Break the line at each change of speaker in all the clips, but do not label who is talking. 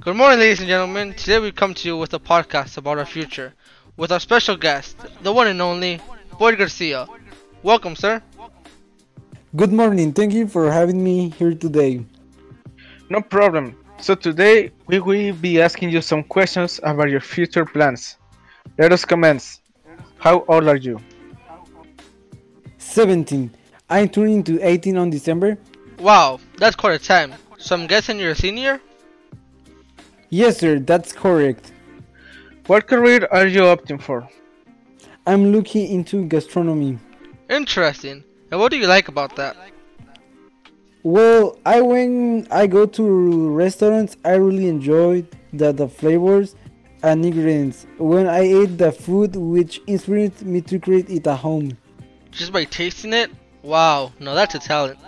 Good morning, ladies and gentlemen. Today we come to you with a podcast about our future with our special guest, the one and only Boyd Garcia. Welcome, sir.
Good morning. Thank you for having me here today.
No problem. So today we will be asking you some questions about your future plans. Let us commence. How old are you?
17. I'm turning to 18 on December.
Wow, that's quite a time. So I'm guessing you're a senior?
Yes, sir, that's correct.
What career are you opting for?
I'm looking into gastronomy.
Interesting. And what do you like about that?
Well, I when I go to restaurants, I really enjoy the, the flavors and ingredients. When I eat the food, which inspired me to create it at home.
Just by tasting it? Wow, no, that's a talent.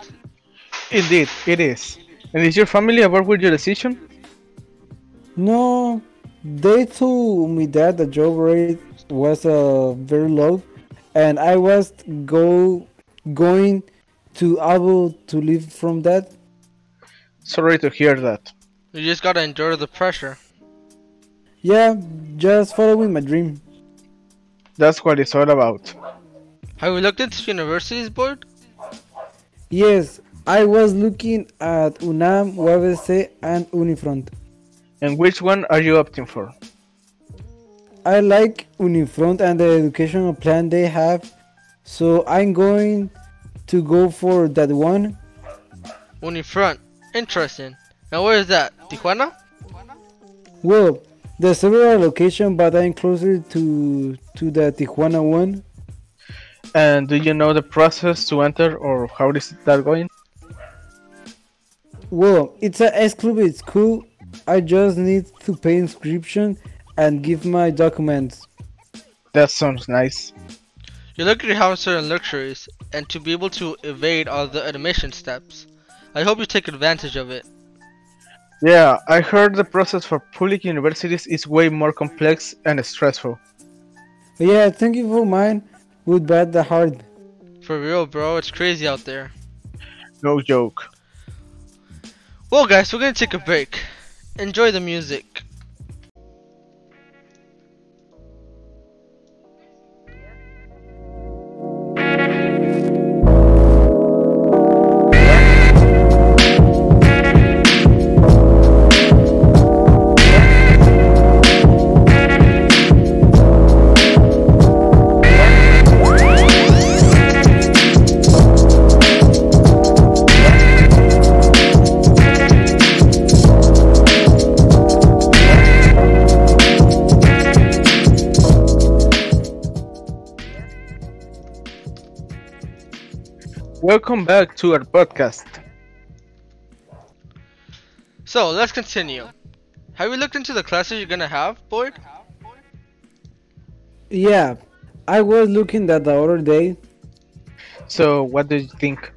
Indeed, it is. And is your family aware with your decision?
No, they told me that the job rate was uh, very low, and I was go going to able to live from that.
Sorry to hear that.
You just gotta endure the pressure.
Yeah, just following my dream.
That's what it's all about.
Have you looked into universities, Boyd?
Yes, I was looking at UNAM, UABC, and Unifront.
And which one are you opting for?
I like Unifront and the educational plan they have, so I'm going to go for that one.
Unifront. Interesting. Now where is that? Tijuana?
Well, there's several locations, but I'm closer to to the Tijuana one.
And do you know the process to enter or how is that going?
Well, it's a exclusive school. I just need to pay inscription and give my documents.
That sounds nice.
You look at your house certain luxuries and to be able to evade all the admission steps. I hope you take advantage of it.
Yeah, I heard the process for public universities is way more complex and stressful.
But yeah, thank you for mine. Would bet the hard.
For real, bro, it's crazy out there.
No joke.
Well, guys, we're gonna take a break. Enjoy the music.
Welcome back to our podcast.
So let's continue. Have you looked into the classes you're gonna have, Boyd?
Yeah, I was looking that the other day.
So, what do you think?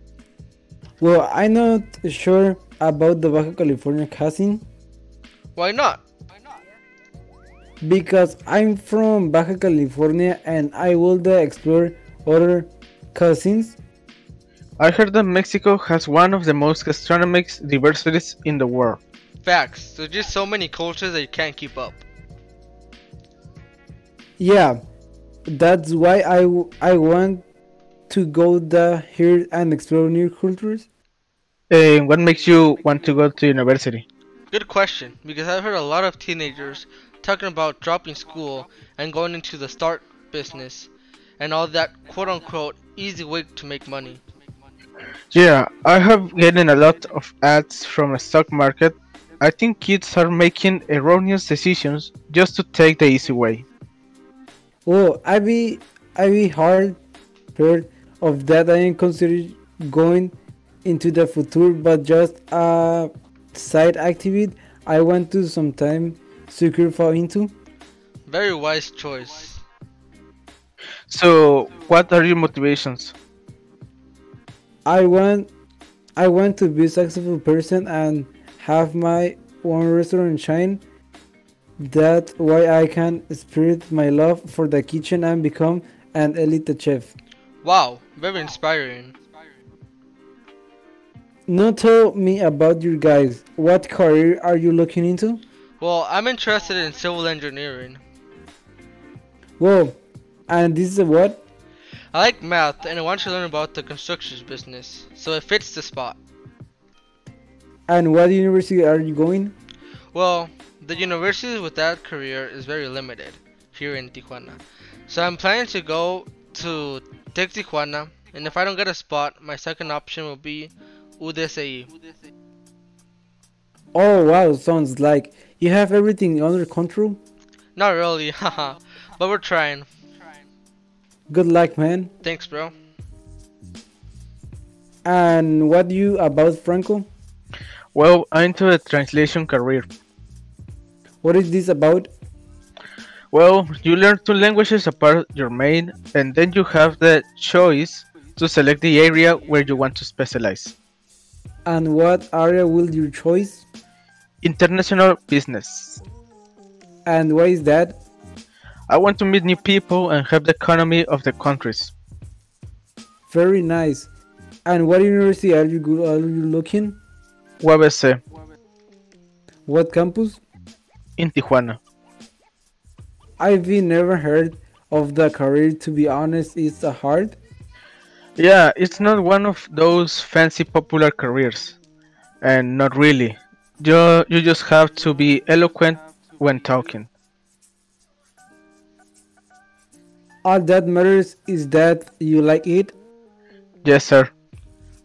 Well, I'm not sure about the Baja California cousin
Why not?
because I'm from Baja California and I would explore other cousins.
I heard that Mexico has one of the most gastronomic diversities in the world.
Facts. There's just so many cultures that you can't keep up.
Yeah, that's why I, w- I want to go the here and explore new cultures.
And Eh, what makes you want to go to university?
Good question, because I've heard a lot of teenagers talking about dropping school and going into the start business and all that quote unquote easy way to make money.
Yeah, I have gotten a lot of ads from a stock market. I think kids are making erroneous decisions just to take the easy way.
Oh, I be I be hard heard of that. I am considering going into the future, but just a side activity I want to sometime secure fall into.
Very wise choice.
So, what are your motivations?
I want I want to be a successful person and have my own restaurant chain. That's why I can spread my love for the kitchen and become an elite chef.
Wow, very inspiring.
Now tell me about your guys. What career are you looking into?
Well, I'm interested in civil engineering.
Whoa, and this is a what?
I like math and I want to learn about the construction business, so it fits the spot.
And what university are you going?
Well, the universities with that career is very limited here in Tijuana. So I'm planning to go to Tec Tijuana, and if I don't get a spot, my second option will be UDCI.
Oh wow, sounds like you have everything under control.
Not really, haha, but we're trying.
Good luck, man.
Thanks, bro.
And what do you about Franco?
Well, I'm into a translation career.
What is this about?
Well, you learn two languages apart your main, and then you have the choice to select the area where you want to specialize.
And what area will your choice?
International business.
And why is that?
I want to meet new people and help the economy of the countries.
Very nice. And what university are you go- are you looking?
UABC
What campus?
in Tijuana.
I've been never heard of the career. To be honest, it's a hard.
Yeah, it's not one of those fancy popular careers, and not really. You you just have to be eloquent when talking.
All that matters is that you like it.
Yes, sir.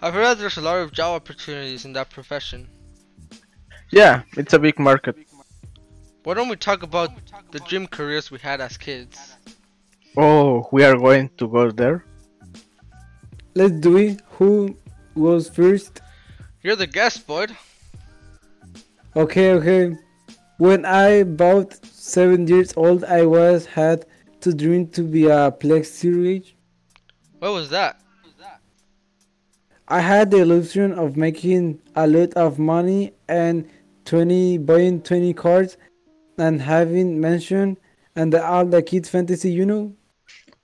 I've heard that there's a lot of job opportunities in that profession.
Yeah, it's a big market.
Why don't we talk about the dream careers we had as kids?
Oh, we are going to go there.
Let's do it. Who goes first?
You're the guest, Boyd.
Okay, okay. When I about seven years old, I was had to dream to be a plex surgeon.
What was that?
I had the illusion of making a lot of money and 20 buying 20 cars and having mansion and the, all the kids fantasy, you know.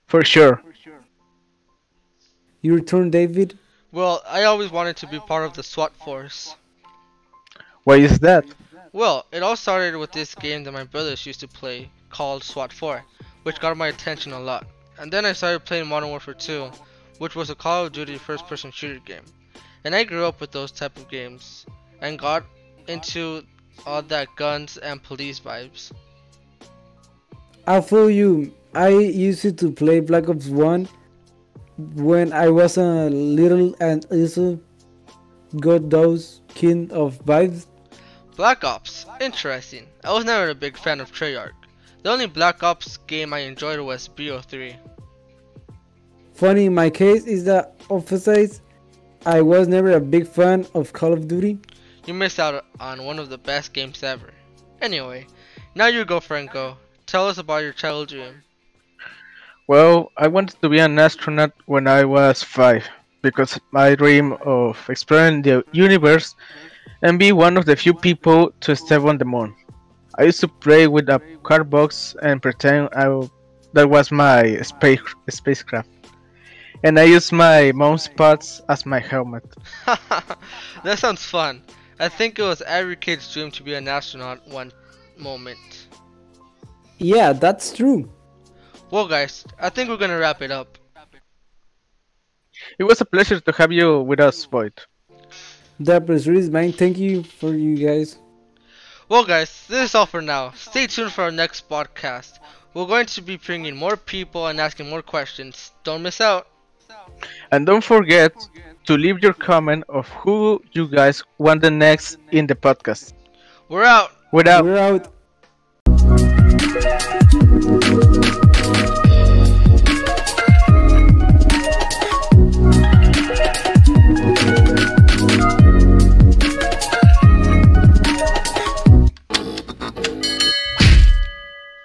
For sure.
Your turn, David.
Well, I always wanted to be part of the SWAT force.
Why is that?
Well, it all started with this game that my brothers used to play called SWAT 4, which got my attention a lot. And then I started playing Modern Warfare 2, which was a Call of Duty first-person shooter game. And I grew up with those type of games and got into all that guns and police vibes.
I feel you. I used to play Black Ops 1 when I was a little and also got those kind of vibes.
Black Ops, interesting. I was never a big fan of Treyarch. The only Black Ops game I enjoyed was BO3.
Funny in my case is that emphasize I was never a big fan of Call of Duty.
You missed out on one of the best games ever. Anyway, now you go, Franco. Tell us about your childhood dream.
Well, I wanted to be an astronaut when I was five because my dream of exploring the universe and be one of the few people to step on the moon. I used to play with a card box and pretend I w- that was my space spacecraft, and I used my mouse pads as my helmet.
that sounds fun. I think it was every kid's dream to be an astronaut one moment.
Yeah, that's true.
Well, guys, I think we're gonna wrap it up.
It was a pleasure to have you with us, Void.
That was really mine. Thank you for you guys.
Well, guys, this is all for now. Stay tuned for our next podcast. We're going to be bringing more people and asking more questions. Don't miss out.
And don't forget to leave your comment of who you guys want the next in the podcast.
We're out.
Without
We're out.